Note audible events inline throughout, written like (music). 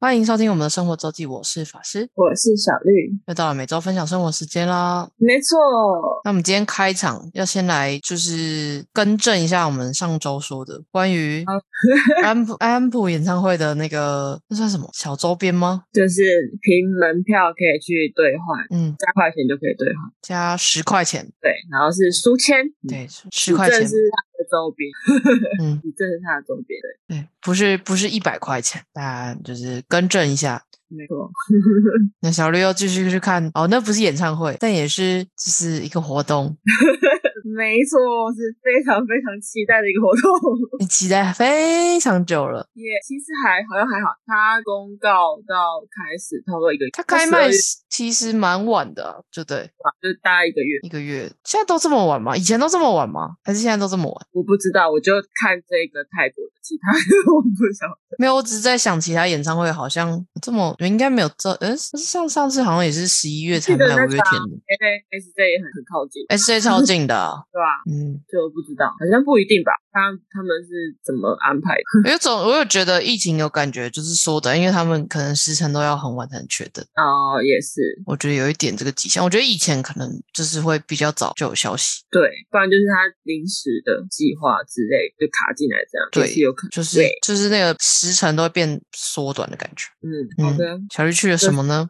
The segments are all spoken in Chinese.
欢迎收听我们的生活周记，我是法师，我是小绿，又到了每周分享生活时间啦。没错，那我们今天开场要先来就是更正一下我们上周说的关于安普安普演唱会的那个那算什么小周边吗？就是凭门票可以去兑换，嗯，三块钱就可以兑换，加十块钱，对，然后是书签，嗯，对，十块这钱是，它的周边， (laughs) 嗯，这是它的周边，对，对，不是不是一百块钱，大家就是更正一下。没错，那小绿又继续去看哦，那不是演唱会，但也是就是一个活 (laughs) 动，没错，是非常非常期待的一个活动，你期待非常久了。也、其实还好像还好，它公告到开始差不多一个月，它开卖12月其实蛮晚的啊，就对，吧，就是大概一个月，一个月。现在都这么晚吗？以前都这么晚吗？还是现在都这么晚？我不知道，我就看这个泰国的，其他的 (laughs) 我不晓得，没有，我只是在想其他演唱会好像这么应该没有这，嗯，上上次好像也是十一月才记卖得那五月个啊天的，因为 S J 也很很靠近，哎，这超近的啊、对吧、嗯，就不知道，好像不一定吧？他他们是怎么安排的？ (laughs) 我有种我有觉得疫情有感觉就是缩短，因为他们可能时辰都要很晚才能确定，哦，也是，我觉得有一点这个迹象。我觉得以前可能就是会比较早就有消息，对，不然就是他临时的计划之类就卡进来这样，对也是有可能。就是对就是那个时辰都会变缩短的感觉。嗯，嗯好的， (laughs) 小绿去了什么呢？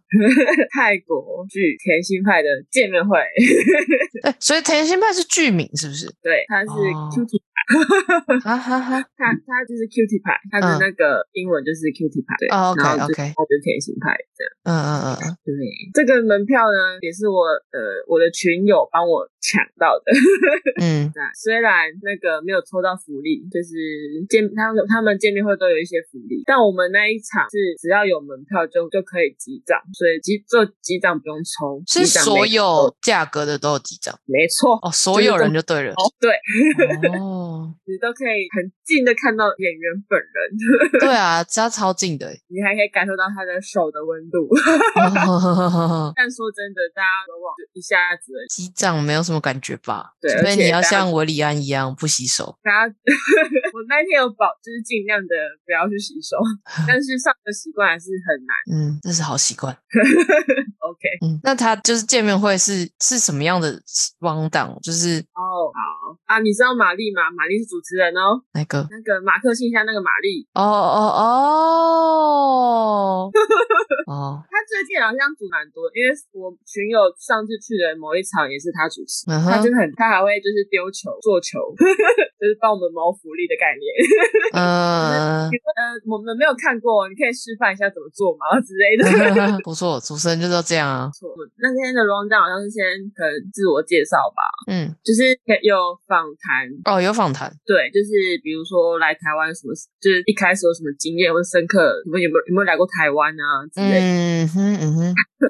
泰国剧《甜心派》的见面会， (laughs) 哎，所以甜心派是剧名是不是？对，他是哦 Q T，哈哈哈，他他就是 Q T 派，他的那个英文就是 Q T 派，对，嗯哦，OK，然后就 OK 他就是甜心派这样。嗯嗯嗯嗯，对，这个门票呢也是我呃我的群友帮我抢到的。嗯，那虽然那个没有抽到福利，就是见他们他们见面会都有一些福利，但我们那一场是只要有门票就就可以集涨，所以集这集涨不用抽，是集涨所没抽有价格的都有几张没错哦，所有人就对了。哦，对哦，你都可以很近的看到演员本人， (laughs) 对啊，这样超近的欸。 (laughs) 你还可以感受到他的手的温度。 (laughs) 哦但说真的，大家都忘了一下子而已，击掌没有什么感觉吧？ (laughs) 对除非而且你要大家像维里安一样不洗手。大家 (laughs) 我那天有保，就是尽量的不要去洗手， (laughs) 但是上的习惯还是很难。嗯，这是好习惯。 OK，嗯，那他就是见面会是是什么样的汪档？就是哦，好啊，你知道玛丽吗？玛丽是主持人哦，那个那个马克信箱那个玛丽，哦哦哦 (laughs) 哦，她最近好像组蛮多，因为我群友上次去的某一场也是她主持，嗯她哼真，的很，她还会就是丢球、做球， (laughs) 就是帮我们谋福利的概念。 (laughs) 嗯。呃，我们没有看过，你可以示范一下怎么做吗 (laughs) 之类的。 (laughs) 不错，主持人就是要这样啊。错那天的 round down 好像是先可能自我介绍吧，嗯，就是有访谈，哦，有访谈，对，就是比如说来台湾什么，就是一开始有什么经验或者深刻，你们有没有有没有来过台湾啊之类的。嗯哼嗯 (laughs) 哼，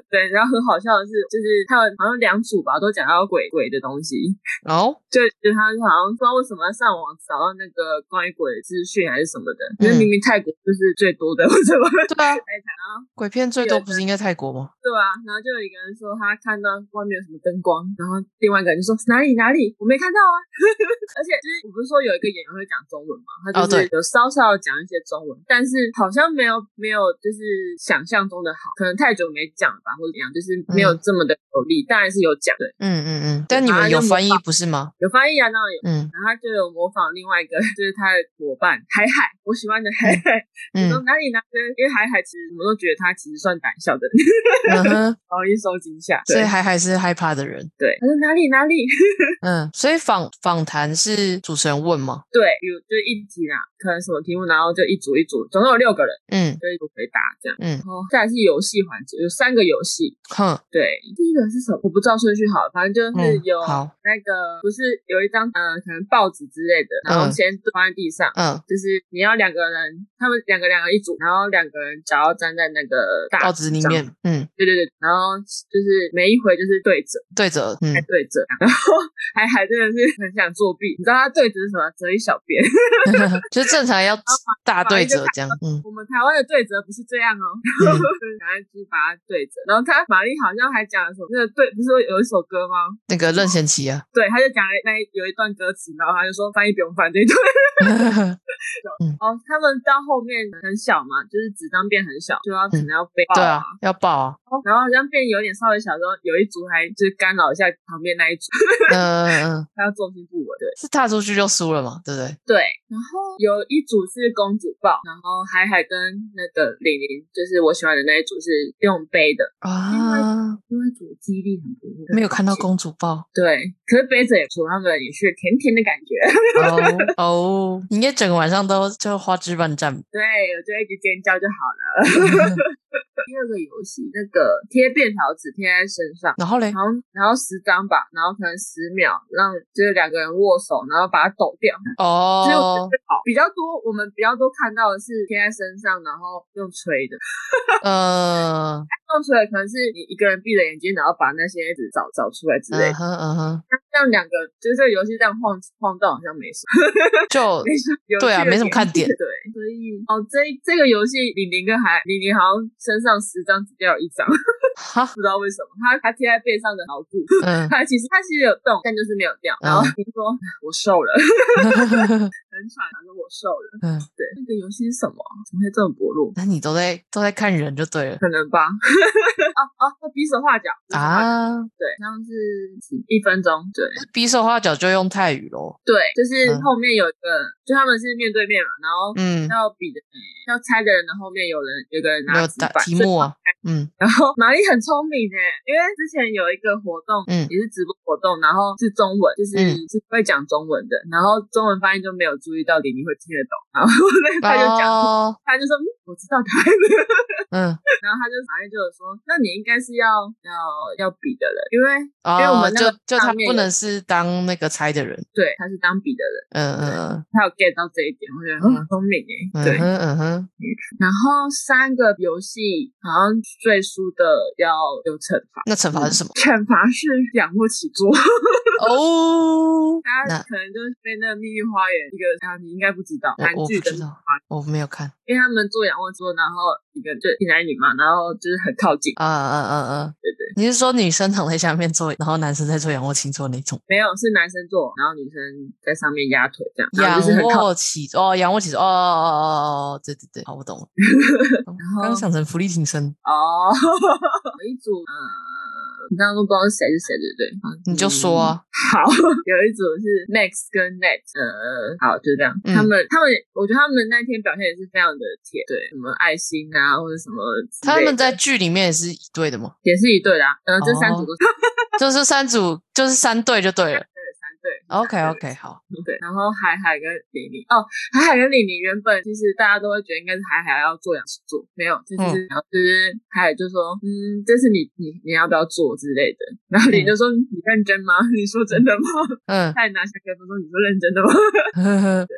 对，然后很好笑的是，就是他们好像两组吧，都讲到鬼鬼的东西，哦，就就他好像不知道为什么要上网找到那个关于鬼的资讯还是什么的，因为嗯明明泰国就是最多的， (laughs) 为什么？对啊，哎，然后鬼片最多不是应该泰国吗？对啊，然后就有一个人说他看到外面有什么灯光，然后另外一个人就说哪里哪里，我没看到啊。 (laughs) 而且就是我不是说有一个演员会讲中文嘛，他哦就是对有稍稍地讲一些中文，但是好像没有没有就是想象中的好，可能太久没讲了吧，或者怎样，就是没有这么的有力，当然是有讲的，嗯嗯嗯，但你们有翻译不是吗？有翻译啊，当然有。嗯 (laughs) 然后他就有模仿另外一个， (laughs) 就是他的伙伴海海，我喜欢的海海。你 (laughs) 说嗯哪里哪里？因为海海其实我们都觉得他其实算胆小的， (laughs) 嗯哼，容易受惊吓。所以对还还是害怕的人。对，他说哪里哪里？ (laughs) 嗯，所以访访谈是主持人问吗？对，比如就一题啦，可能什么题目，然后就一组一组，总共有六个人，嗯就一组回答这样。嗯然，后再来是游戏环节，有三个游戏。哼，对，第一个是什么？我不知道顺序好了，反正就是嗯有好那个、不是有一张嗯、呃可能报纸之类的，然后嗯先放在地上，嗯，就是你要两个人，他们两个两个一组，然后两个人脚要站在那个大报纸里上。面，嗯对对对，然后就是每一回就是对折，对折，嗯 (laughs) 还，对折，然后还还真的是很想作弊，你知道他对折是什么？折一小边。 (laughs) 就是正常要大对折这样，嗯，我们台湾的对折不是这样哦， (laughs) 然后赶快去把它对折。然后他玛丽好像还讲了什么，那个对不是有一首歌吗？那个任贤齐 (laughs) 啊，对，他就讲了那一有一段歌词，然后他就说翻译不用翻这一段。 (laughs) 哦，他们到后面很小嘛，就是纸张变很小，就要可能要背、嗯对啊，，要抱啊，然后好像变有点稍微小的时候，有一组还就是干扰一下旁边那一组， (laughs) 嗯嗯，嗯他要重心不稳，对是踏出去就输了嘛，对不对？对。然后有一组是公主抱，然后海海跟那个李玲，就是我喜欢的那一组是用背的，啊，因为组记忆力很薄弱，没有看到公主抱， (laughs) 对，可是背着也出他们也是甜甜的感觉， (laughs) 哦哦，你应该整个晚上都就花枝乱 (laughs) 颤，对我就一直尖叫就好了。第二个游戏那个贴便条纸贴在身上。然后嘞 (laughs) 然，后然后十张吧，然后可能十秒让就是两个人握手，然后把它抖掉。就是我哦觉，得好比较多，我们比较多看到的是贴在身上，然后用吹的， (laughs) 呃，用吹的可能是你一个人闭着眼睛，然后把那些纸找找出来之类嗯的。哼嗯 (laughs) 哼，让两个就是这个游戏这样晃晃动好像没什么， (laughs) 就没什么有趣的对啊没什么看点对，所以哦，这这个游戏李玲跟海李玲好像身上十张只掉了一张， (laughs) 不哈，知道为什么，她她贴在背上的牢固。 (laughs) 嗯，他其实他其实有动，但就是没有掉。然后嗯听说我瘦了，很喘，然后我瘦了。嗯，对，那个游戏是什么？啊怎么会这么薄弱？那你都在都在看人就对了可能吧。 (laughs) 哦哦，那比手画脚，啊，对，好像是一分钟，对比手画脚就用泰语咯，对，就是嗯后面有一个，就他们是面对面嘛，然后嗯，要比的，要猜的人的后面有人有个人没拿有纸打板，题目啊， (laughs) 嗯然后玛丽很聪明诶，因为之前有一个活动，嗯也是直播活动，然后是中文，就是、嗯是会讲中文的，然后中文翻译就没有注意到李宁会听得懂，然后 (laughs) 他就讲，哦，他就说、嗯、我知道台语，嗯然后他就玛丽就有说，那你应该是要要要比的人，因为因为我哦，们那就个就他上面不有能是当那个猜的人，对他是当比的人，嗯嗯他有 get 到这一点，我觉得很聪明诶，嗯，对嗯。哼嗯哼，然后三个游戏好像最输的要有惩罚，那惩罚是什么？惩罚是仰卧起坐。哦，他那可能就是被那个《蜜玉花园》一个啊，你应该不知道我韩呃我剧不知的蜜玉道花园，我没有看，因为他们做仰卧起坐，然后一个就一男一女嘛，然后就是很靠近，啊啊啊啊！对对，你是说女生躺在下面做，然后男生在做仰卧起坐那种？没有是男生做，然后女生在上面压腿这样，然仰啊后就是很靠，卧起坐哦，仰卧起坐哦哦哦哦哦，对对对，好，我懂 (laughs) 了。刚后刚想成浮力挺身， (laughs) 哦，有一组呃，你刚刚都不知道是谁是谁，对不对？嗯嗯你就说啊，好， (laughs) 有一组是 Max 跟 Net，呃，好，就这样。嗯他们他们，我觉得他们那天表现也是非常的铁，对，什么爱心啊，或者什么之类的，他们在剧里面也是一对的嘛，也是一对的、啊，嗯、这哦三组都是就是三组，就是三对就对了。三对。 OK OK，好，对，然后海海跟李宁哦，海海跟李宁原本其实大家都会觉得应该是海海要做仰卧起坐，没有，就是、然后就是海海就说，嗯，这是你你你要不要做之类的，然后李宁就说、你认真吗？ (laughs) 你说真的吗？嗯，(laughs) 他也拿下跟他说你说认真的吗？ (laughs)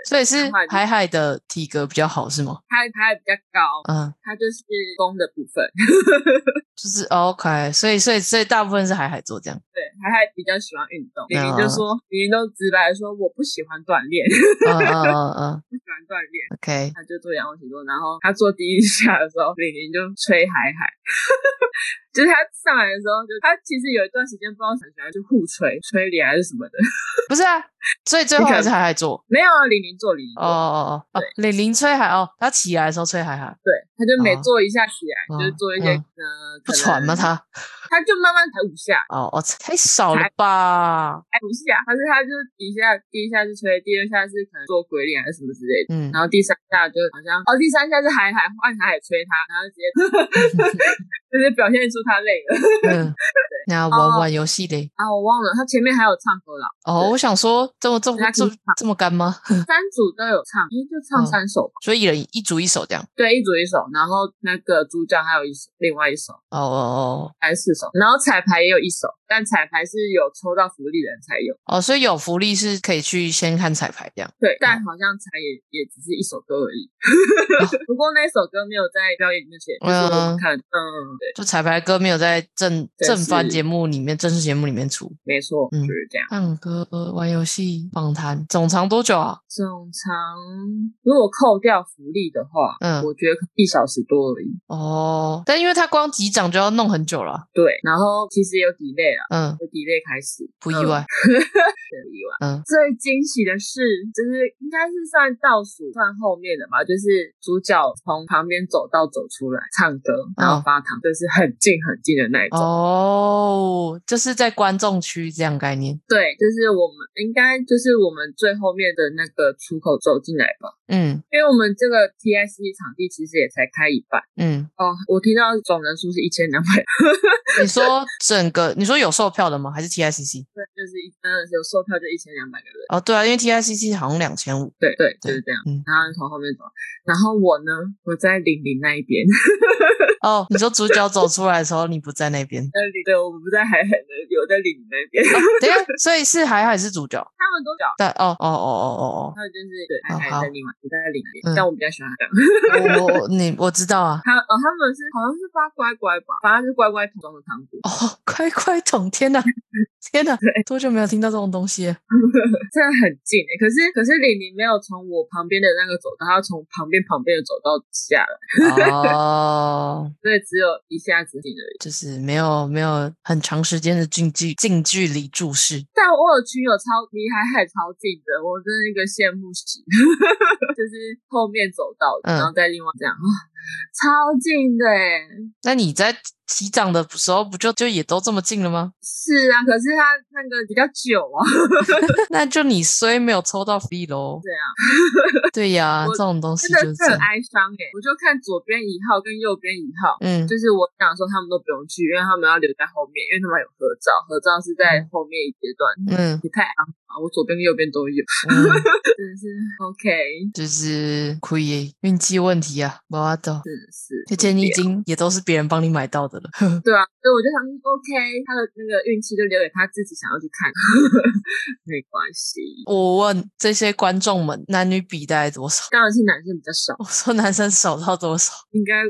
所以是然后海还海的体格比较好是吗？他他还比较高，嗯，他就是弓的部分， (laughs) 就是 OK，所以所以所以大部分是海海做这样。对，海海比较喜欢运动，李宁就说，李宁都直白地说我不喜欢锻炼， (laughs) 嗯嗯嗯嗯不喜欢锻炼。 ，OK，他就做仰卧起坐，然后他做第一下的时候，李宁就吹海海， (laughs) 就是他上来的时候，就他其实有一段时间不知道想起来就互吹吹脸还是什么的，不是啊，所以最后还是海海做。 (laughs) 没有啊，李宁做李宁哦做，哦哦哦，李玲吹海哦，他起来的时候吹海海，对，他就每哦做一下起来，哦就是做一些、嗯呃，不喘吗吗？他？他就慢慢抬五下，哦哦，太少了吧？抬五下，但是他就是一下第一下是吹，第二下是可能做鬼脸还是什么之类的。 (laughs) 嗯然，后第三下就好像哦，第三下是海海换海海吹他，然后直接 (laughs) 就是表现出他累了嗯那玩玩游戏嘞？啊！我忘了，他前面还有唱歌啦，哦，我想说，这么这么他这挺么这么干吗？三组都有唱，诶，就唱嗯三首吧。所以一人一组一首这样。对，一组一首，然后那个主角还有一首，另外一首，哦哦还有四首，然后彩排也有一首，但彩排是有抽到福利的人才有。哦，所以有福利是可以去先看彩排这样。对，但好像才也也只是一首歌而已。 (laughs) 不过那首歌没有在表演里面写，就是我们看，嗯，对，就彩排歌没有在正对正番是节目里面、正式节目里面出。没错，嗯就是这样。唱歌、玩游戏、访谈，总长多久啊？总长如果扣掉福利的话，嗯我觉得可能一小时多而已。哦，但因为他光几掌就要弄很久了，啊对，然后其实也有 delay 啦，嗯，有 delay 开始，不意嗯外，的意外。嗯最惊喜的是，就是应该是算倒数算后面的吧，就是主角从旁边走道走出来唱歌，然后发糖，就是很近很近的那一种。哦，就是在观众区这样概念，对，就是我们应该就是我们最后面的那个出口走进来吧，嗯因为我们这个 TIC 场地其实也才开一半嗯。哦。我听到总人数是一千两百， (laughs) 你说整个，你说有售票的吗？还是 TICC？就是一嗯有售票就一千两百个人。哦，对啊，因为 TICC 好像两千五，对对，就对是这样。嗯然后从后面走，然后我呢，我在玲玲那一边。 (laughs)。哦，你说主角走出来的时候，你不在那边哦那里对，我们不在海海的，有在里那边，等一下，所以是海海是主角，他们都找，但哦哦哦哦他们就是对哦海好海在另外，我在里那边，嗯但我比较喜欢海海。哦，我我我你我知道啊。他哦，他们是好像是发乖乖吧，反正是乖乖桶装的糖果，哦，(laughs) 乖乖桶，天哪，天哪，多久没有听到这种东西了？真的很近欸。可是可是李宁没有从我旁边的那个走道，他要从旁边旁边的走道下来，哦，所以只有一下子进而已。就是没有没有很长时间的近距近距离注视。但我有群友超离海海超近的，我真的一个羡慕死， (laughs) 就是后面走道的，嗯然后再另外这样，哇，超近的哎。那你在起涨的时候，不就就也都这么近了吗？ (laughs) 是啊，可是他那个比较久啊，那就你虽没有抽到 V 喽。对啊，对呀、 (laughs) 我这种东西真就的是是这很样。哀伤哎、我就看左边一号跟右边一号，嗯，就是我想说他们都不用去，因为他们要留在后面，因为他们有合照，合照是在后面一阶段。嗯也太肮了，我左边跟右边都有，嗯，(laughs) 真的是 OK，就是亏耶，运气问题啊，没办法。真的是。而且你已经也都是别人帮你买到的了， (laughs) 对啊，所以我就想嗯 OK，他的那个运气就留给他自己想要去看， (laughs) 没关系。我问这些观众们，男女比大概多少？ (laughs) 当然是男生比较少，我说男生少到多少？应该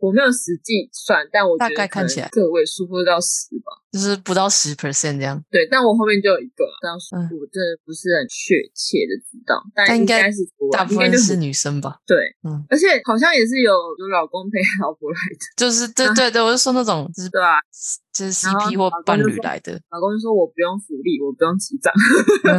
我没有实际算，但我觉得大概看起来可能个位数或者到十吧。就是不到十 percent 这样。对，但我后面就有一个了，但是嗯我真的不是很确切的知道，但但应应该该是国外大部应该分就是女生吧，对，嗯而且好像也是有有老公陪老婆来的，就是啊对对对，我就说那种就是对吧、就是然后 CP 或老公伴就侣说来 (laughs) 的，老公就说我不用福利，我不用起账， (laughs)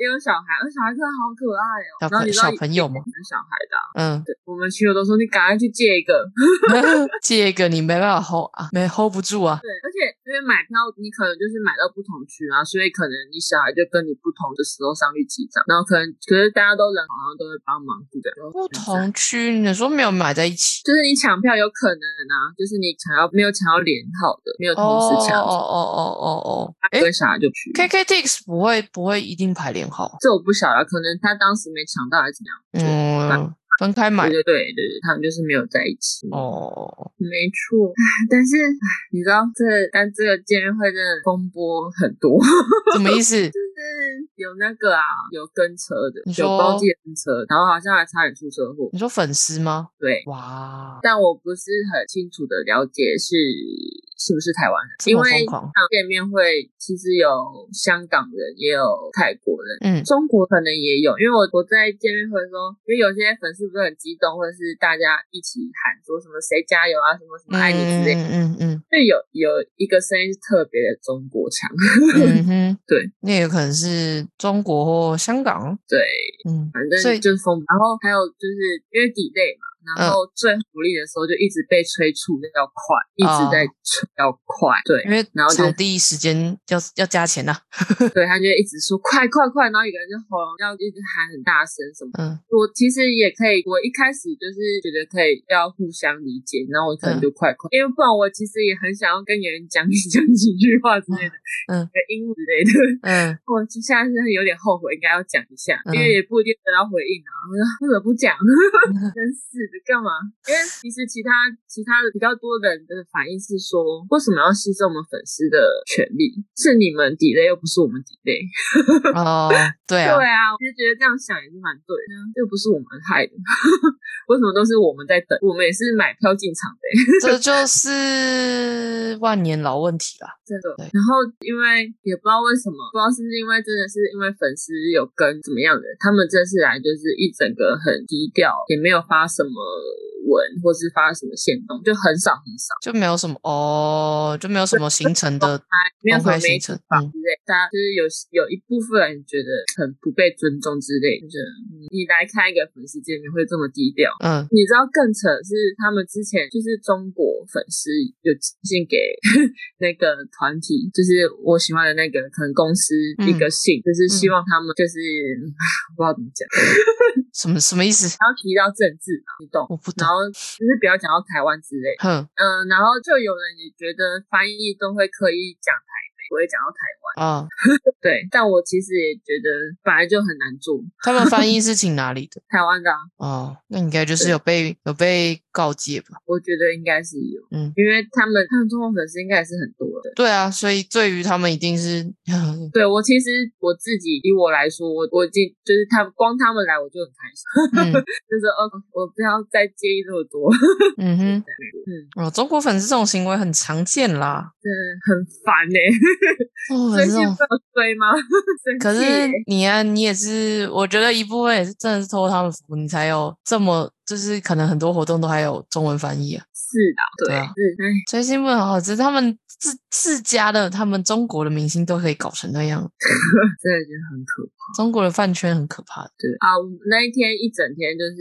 也有小孩，而小孩真的好可爱哦。小然后朋你知道小朋友吗以前有小孩的啊、嗯，对，我们群友都说你赶快去借一个， (laughs) (laughs) 借一个你没办法 hold 啊，没 hold 不住啊，对，而且因为买票你可能就是买到不同区啊，所以可能你小孩就跟你不同的时候上去起账，然后可能可是大家都人好像都会帮忙，对不对？不同区你说没有买在一起，就是你抢票有可能啊，就是你抢到没有抢到连号的，没有同哦哦时抢，哦哦哦哦，哎跟小孩就去。 ，KKTix 不会不会一定排连号，啊这我不晓得，可能他当时没抢到还是怎样。嗯，分开买对对对对，他们就是没有在一起。，哦，没错。唉但是唉你知道这但这个见面会真的风波很多， (laughs) 什么意思？就是有那个啊，有跟车的，你有说包计程车，然后好像还差点出车祸。你说粉丝吗？对，哇，但我不是很清楚的了解是是不是台湾人，这因么为疯狂像见面会其实有香港人，也有泰国人。嗯中国可能也有，因为我我在见面会的时候，因为有些粉丝不是很激动，或者是大家一起喊说什么谁加油啊，什么什么爱你之类的，嗯嗯 (laughs) 嗯就有有一个声音是特别的中国腔， (laughs) 嗯哼，对，那有可能是中国或香港，对，嗯，反所以嗯正就是疯。然后还有就是因为 delay 嘛，然后最福利的时候就一直被催促要快，一直哦在催要快，对因为然后就场地时间要要加钱啊呐，对，他就一直说快快快，然后有个人就喉咙要一直喊很大声什么。嗯我其实也可以，我一开始就是觉得可以要互相理解，然后我可嗯能就快快，因为不然我其实也很想要跟别人讲 (laughs) 讲几句话之类的，嗯，英语之类的。 (laughs) 嗯，我就现在是有点后悔，应该要讲一下，嗯 (laughs) 因为也不一定得到回应啊。我说为什么不讲？真是的，的干嘛？因为其实其他其他的比较多人的反应是说，为什么要牺牲我们粉丝的权利？是你们 delay 又不是我们 delay。哦，对啊 (laughs) 对，啊，我就觉得这样想也是蛮对的，又不是我们害的， (laughs) 为什么都是我们在等？我们也是买票进场的、欸这就是万年老问题啦。 (laughs) 真的对。然后因为也不知道为什么，不知道是不是因为真的是因为粉丝有跟怎么样的，他们这次来就是一整个很低调，也没有发什么文或是发什么线动，就很少很少，就没有什么哦，就没有什么形成的还 (laughs) 没有公什么开媒行体程。吧嗯，之类，大家就是有有一部分人觉得很不被尊重之类，就觉得、嗯你来开一个粉丝见面会这么低调。嗯，你知道更扯的是，他们之前就是中国粉丝有寄信给 (laughs) 那个团体，就是我喜欢的那个可能公司嗯一个信，就是希望他们就是、 (laughs) 不知道怎么讲，什么什么意思？然后提到政治嘛，你懂。我不懂。然后就是不要讲到台湾之类的，哼，嗯，然后就有人也觉得翻译都会刻意讲台北，不会讲到台湾，啊，对。但我其实也觉得本来就很难做他们翻译是请哪里的？台湾的啊、哦，那应该就是对有被有被告诫吧？我觉得应该是有，嗯因为他们他们中国粉丝应该也是很多的，对啊，所以对于他们一定是 (laughs) 嗯对我其实我自己以我来说，我我已经就是他们光他们来我就很开心， (laughs) 嗯就是哦，我不要再介意这么多， (laughs) 嗯哼，嗯，哦，中国粉丝这种行为很常见啦。真的很烦呢、欸。中 (laughs) 国最粉丝近这种不，有追吗？ (laughs) 生可气是耶你啊，你也是，我觉得一部分也是真的是托他们福，你才有这么，就是可能很多活动都还有中文翻译啊。是的，对，对啊是哎，追星不能好好吃，他们自自家的，他们中国的明星都可以搞成那样，真的觉得很可怕。中国的饭圈很可怕的。对啊，我那一天一整天就是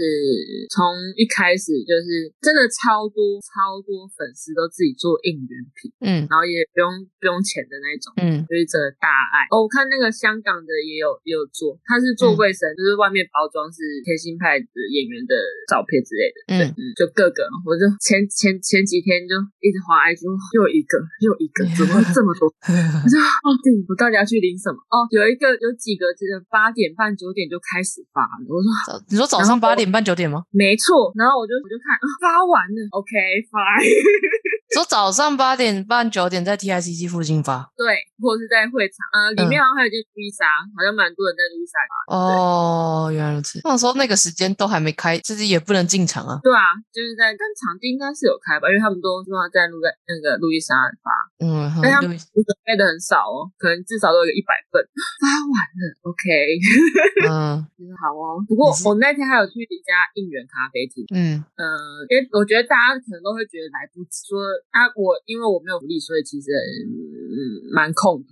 从一开始就是真的超多超多粉丝都自己做应援品，嗯然后也不用不用钱的那种。嗯就是这个大爱哦，我看那个香港的也有也有做，他是嗯做卫生，就是外面包装是贴心派的演员的照片之类的，嗯，嗯，就各个，我就前前前几天就一直滑 IG，哇又一个又一个，怎么会这么 (laughs) 多？我说哦，对，我到底要去领什么？哦，有一个有几个就是八点半九点就开始发了，我说早你说早然上后八点半九点吗？没错，然后我就我就看、啊、发完了，OK fine，说早上八点半九点在 TICC 附近发 (laughs) 对，或者是在会场，呃，里面嗯好像还有一件朱一莎，好像蛮多人在朱一莎哦，原来如此。那时候那个时间都还没开，就是也不能进场啊。对啊，就是在，但场地应该是有开吧，因为他们都说在路在那个路易莎发，嗯，哼哎呀对我准备的很少哦，可能至少都有个一百份， (laughs) 发完了，OK， (laughs) 嗯好哦。不过你是我那天还有去一家应援咖啡厅，嗯呃，因为我觉得大家可能都会觉得来不及，说啊，我因为我没有福利，所以其实嗯蛮空的，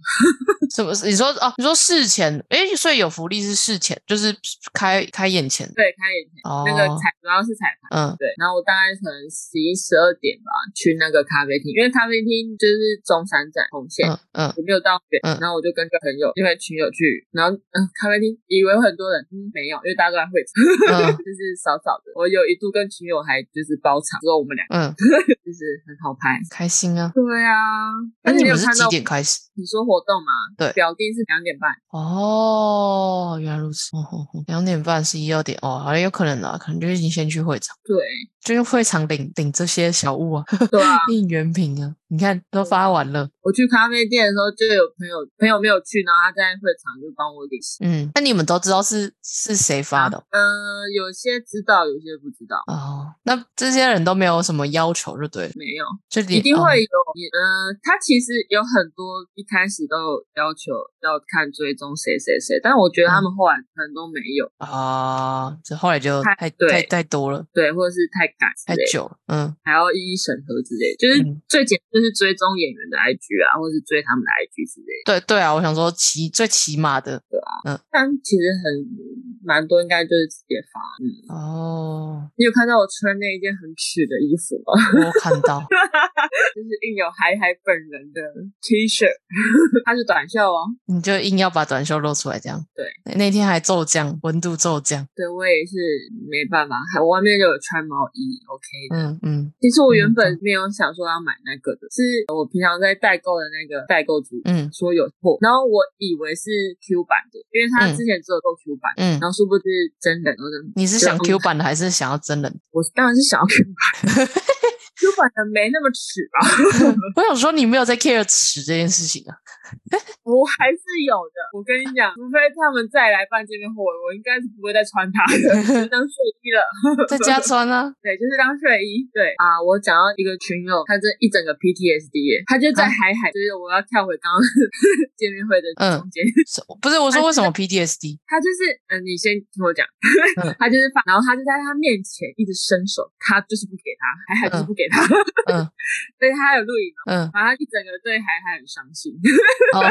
什么？你说哦，你说事前，诶，所以有福利是事前，就是开开演前对，开演前、哦。那个彩主要是彩排。嗯对，然后我大概可能十一、十二点吧去那个咖啡厅，因为咖啡厅就是中山站红线，嗯嗯也没有到远，嗯然后我就跟个朋友，因为群友去，然后嗯、咖啡厅以为有很多人，嗯，没有，因为大家都在会场，嗯 (laughs) 就是少少的。我有一度跟群友还就是包场，之后我们俩 (laughs) 嗯，就是很好拍。开心啊！对啊，那而哎且你有们是看几到点开始？你说活动吗？对表定是两点半，哦，原来如此。哦哦哦两点半十一二点哦，好像有可能啊，可能就是你先去会场，对就是会场领领这些小物 (laughs) 啊，对啊。应援品啊，你看都发完了。我去咖啡店的时候，就有朋友朋友没有去，然后他在会场就帮我领行。嗯，那你们都知道是是谁发的哦、嗯、有些知道，有些不知道，哦？那这些人都没有什么要求，就对了，没有。就一连定哦会有，嗯、他其实有很多一开始都有要求要看追踪谁谁谁，但我觉得嗯他们后来可能都没有，啊，这、后来就太太对太太多了，对，或者是太赶之太类的，久了，嗯还要一一审核之类的，就是嗯最简单就是追踪演员的 IG 啊，或是追他们的 IG 之类的，对对啊，我想说起最起码的但其实很蛮多应该就是直接发，嗯，哦，你有看到我穿那一件很曲的衣服吗？ (laughs) 我有看到，就是印有海海本人的 T 恤， (laughs) 它是短袖哦。你就硬要把短袖露出来，这样对那。那天还骤降，温度骤降。对我也是没办法，还我外面就有穿毛衣，OK 的。嗯嗯其实我原嗯本没有想说要买那个的，是我平常在代购的那个代购组嗯说有货，然后我以为是 Q 版的，因为他嗯之前只有做 Q 版，嗯然，后殊不知真人，我真你是想就 Q 版的 (laughs) 还是想要真人？我当然是想要 Q 版，Q 版的没那么耻吧， (laughs) 我想说你没有在 care 尺这件事情啊。我还是有的。我跟你讲，除非他们再来办见面会，我应该是不会再穿它的，就当睡衣了。在家穿啊，对，就是当睡衣。对啊，我讲到一个群友，他这一整个 PTSD，耶他就啊在海海，就是我要跳回刚刚 (laughs) 见面会的嗯中间， (laughs) 是不是我说为什么 PTSD？他就是嗯，你先听我讲，嗯 (laughs) 他就是放，然后他就在他面前一直伸手，他就是不给他，海海就是不给他，嗯 (laughs) 所以他还有录影嗯哦。反正他一整个对海海很伤心， (laughs) 哦， (laughs)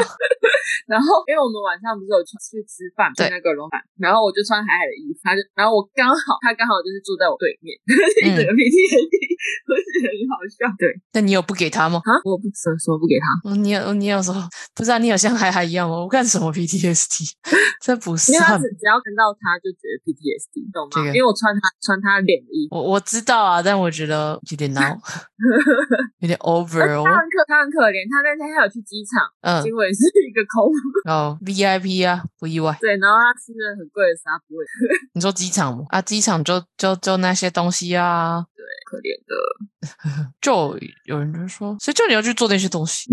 然后因为我们晚上不是有出去吃饭，去对那个龙板，然后我就穿海海的衣服，他就，然后我刚好他刚好就是住在我对面， (laughs) 一整嗯，个 PTSD，我就觉得很好笑。对，那你有不给他吗？啊，我不什什么不给他，哦你有你有说不啊知道你有像海海一样吗？我干什么 PTSD？这 (laughs) 不因为他算只，只要看到他就觉得 PTSD，懂吗？这个因为我穿他穿他脸的衣服，我我知道啊，但我觉得有点孬，有点 over 哦他。很可他很可怜，他那天还有去机场，嗯，结果也是一个空哦，VIP 啊，不意外。对，然后他吃了很贵的沙不会你说机场吗？啊，机场就就就那些东西啊，可怜的。 (laughs) 就有人就说，谁叫你要去做那些东西？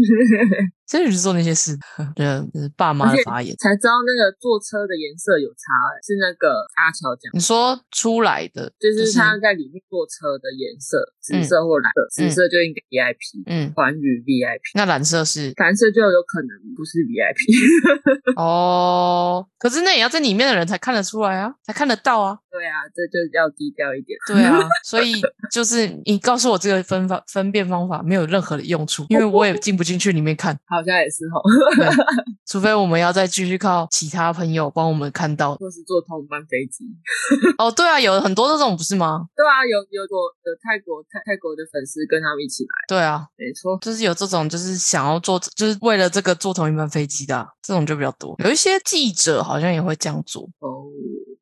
谁叫你去做那些事？ (laughs) 对啊，这是爸妈而的且发言。才知道那个坐车的颜色有差、欸，是那个阿乔讲，你说出来的就是是他在里面坐车的颜色，紫色或蓝色，嗯紫色就应该 VIP，嗯，环宇 VIP，那蓝色是蓝色就有可能不是 VIP。哦，可是那也要在里面的人才看得出来啊，才看得到啊。 (laughs) 对啊，这就要低调一点。对啊，所以就是你告诉我这个分法分辨方法没有任何的用处，因为我也进不进去里面看， (laughs) 好像也是吼，哦对除非我们要再继续靠其他朋友帮我们看到。或是坐同班飞机。哦，对啊，有很多这种不是吗？对啊，有有国有泰国泰泰国的粉丝跟他们一起来，对啊，没错。就是有这种，就是想要坐，就是为了这个坐同一班飞机的啊、这种就比较多。有一些记者好像也会这样做，哦，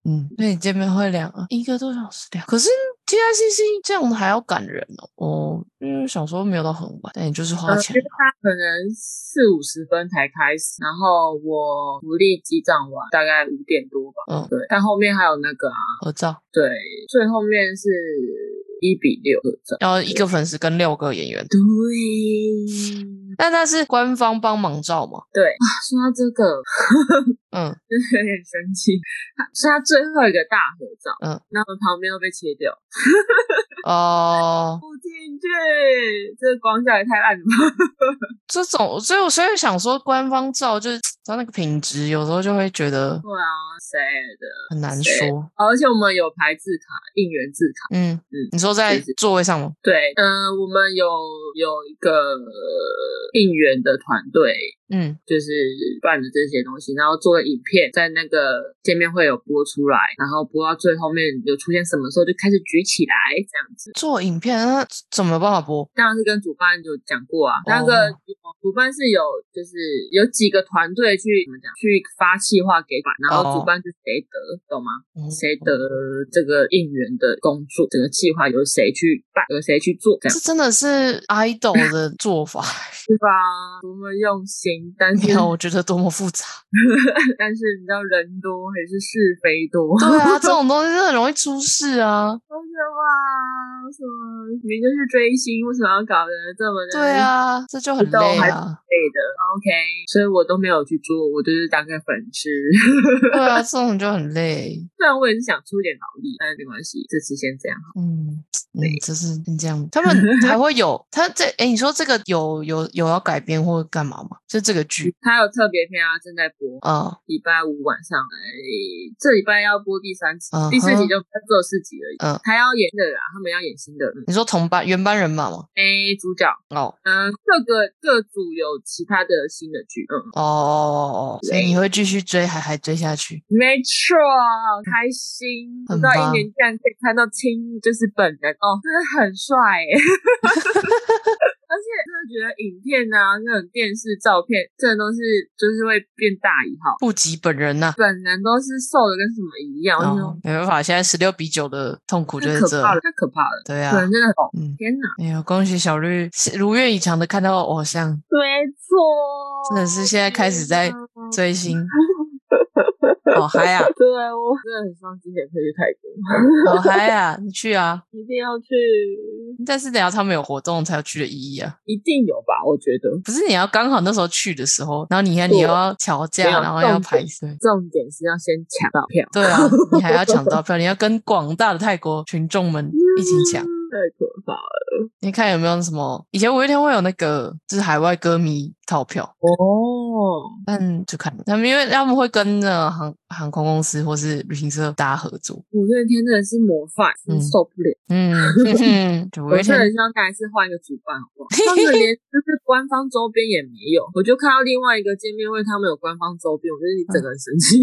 嗯，所以见面会两一个多小时两，可是 TICC 这样还要赶人哦，哦，因为想说没有到很晚，但也就是花呃钱因为了，他可能四五十分才开始，然后我福利机长完大概五点多吧。嗯，对，但后面还有那个啊，合照，对，最后面是一比六的照。然后一个粉丝跟六个演员，对，但那是官方帮忙照嘛，对啊，说到这个， (laughs) 嗯，就是有点生气。他是他最后一个大合照，嗯，那我们旁边都被切掉，哦、不进去，这个光效也太烂了吧。这种，所以我所以想说官方照就是，知道那个品质有时候就会觉得对啊，谁的？很难对说，而且我们有牌字卡、应援字卡。嗯嗯你说在是是座位上吗？对，嗯、我们有有一个应援的团队，嗯，就是办的这些东西，然后做了影片，在那个见面会有播出来，然后播到最后面有出现什么时候就开始举起来这样子。做影片那怎么办法播？当然是跟主办有讲过啊，那个主办是有就是有几个团队去怎么讲去发企划给版，然后主办是谁得，懂吗？嗯谁得这个应援的工作，整个计划由谁去办，由谁去做，这样这真的是 idol 的做 (laughs) 法，是吧？多么用心，但是没有，我觉得多么复杂。 (laughs) 但是你知道人多还是是非多，对啊，这种东西真的容易出事啊。我觉得哇，什么明明就是追星，为什么要搞得这么的对啊，这就很知道累还啊。累的？OK，所以我都没有去做，我就是当个粉丝。 (laughs) 对啊，这种就很累。虽然我也是想出一点劳力，但是没关系，这次先这样好。嗯，嗯对，就是这样。他们 (laughs) 还会有他这哎，你说这个有有有要改编或干嘛吗？就这个剧他有特别篇啊，正在播，啊，礼拜五晚上，哎，这礼拜要播第三集嗯哼第四集就他只有四集而已。嗯他要演的啦，他们要演新的。嗯你说同班原班人马吗？哎，主角，哦嗯，各个各组有其他的新的剧，嗯，哦哦哦，所以对你会继续追，还还追下去？没错，好开心！不很到一棒 (laughs) 哎年竟然可以看到亲，就是本人哦，真的很帅耶！影片啊，那种电视照片，这种都是就是会变大一号，不及本人呐、本人都是瘦的跟什么一样，我就哦，没办法，现在十六比九的痛苦就太是可这。怕了，太可怕了，对啊本，人真的很嗯天哪，哎呦，恭喜小绿是如愿以偿的看到偶像，没错，真的是现在开始在天哪追 (laughs) 星，好嗨啊，对我真的很希望今年可以去泰国，好嗨啊，你去啊！一定要去，但是等一下他们有活动才有去的意义啊，一定有吧？我觉得不是你要刚好那时候去的时候，然后你看你又要调价没，有然后要重排点队。重点是要先抢到票，对啊，你还要抢到票，你要跟广大的泰国群众们一起抢。嗯太可怕了你看有没有什么？以前五月天会有那个，就是海外歌迷套票，哦，但就看他们，因为他们会跟着航航空公司或是旅行社大家合作。五月天真的是模范，真嗯受不了。嗯，哼 (laughs) 哼就五我月真天的很希望下一次换一个主办，好 (laughs) 不好？他们连就是官方周边也没有，我就看到另外一个见面会，他们有官方周边，我就是一整个人生气，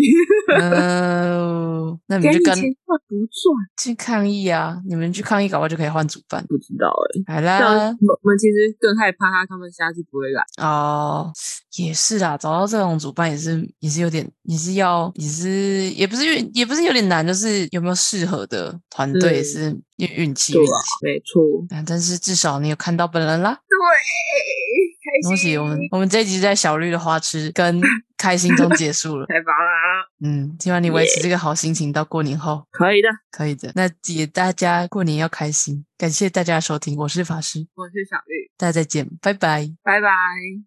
嗯，那 (laughs) 你们给你就跟钱赚不赚？去抗议啊！你们去抗议，搞不好就可以换主办。不知道哎、好欸，但啦，我我们其实更害怕他他们下次不会来。哦，也是啦，找到这种主办也是也是有点，也是要也是也不是运也不是有点难，就是有没有适合的团队也嗯是运运气对运气。，啊啊没错，但但是至少你有看到本人啦，对，恭开心。喜我们我们这一集在小绿的花痴 (laughs) 跟开心中结束了。太棒啦，嗯，希望你维持这个好心情到过年后，可以的。可以的。那也大家过年要开心，感谢大家的收听，我是法师，我是小玉，大家再见，拜拜。拜拜。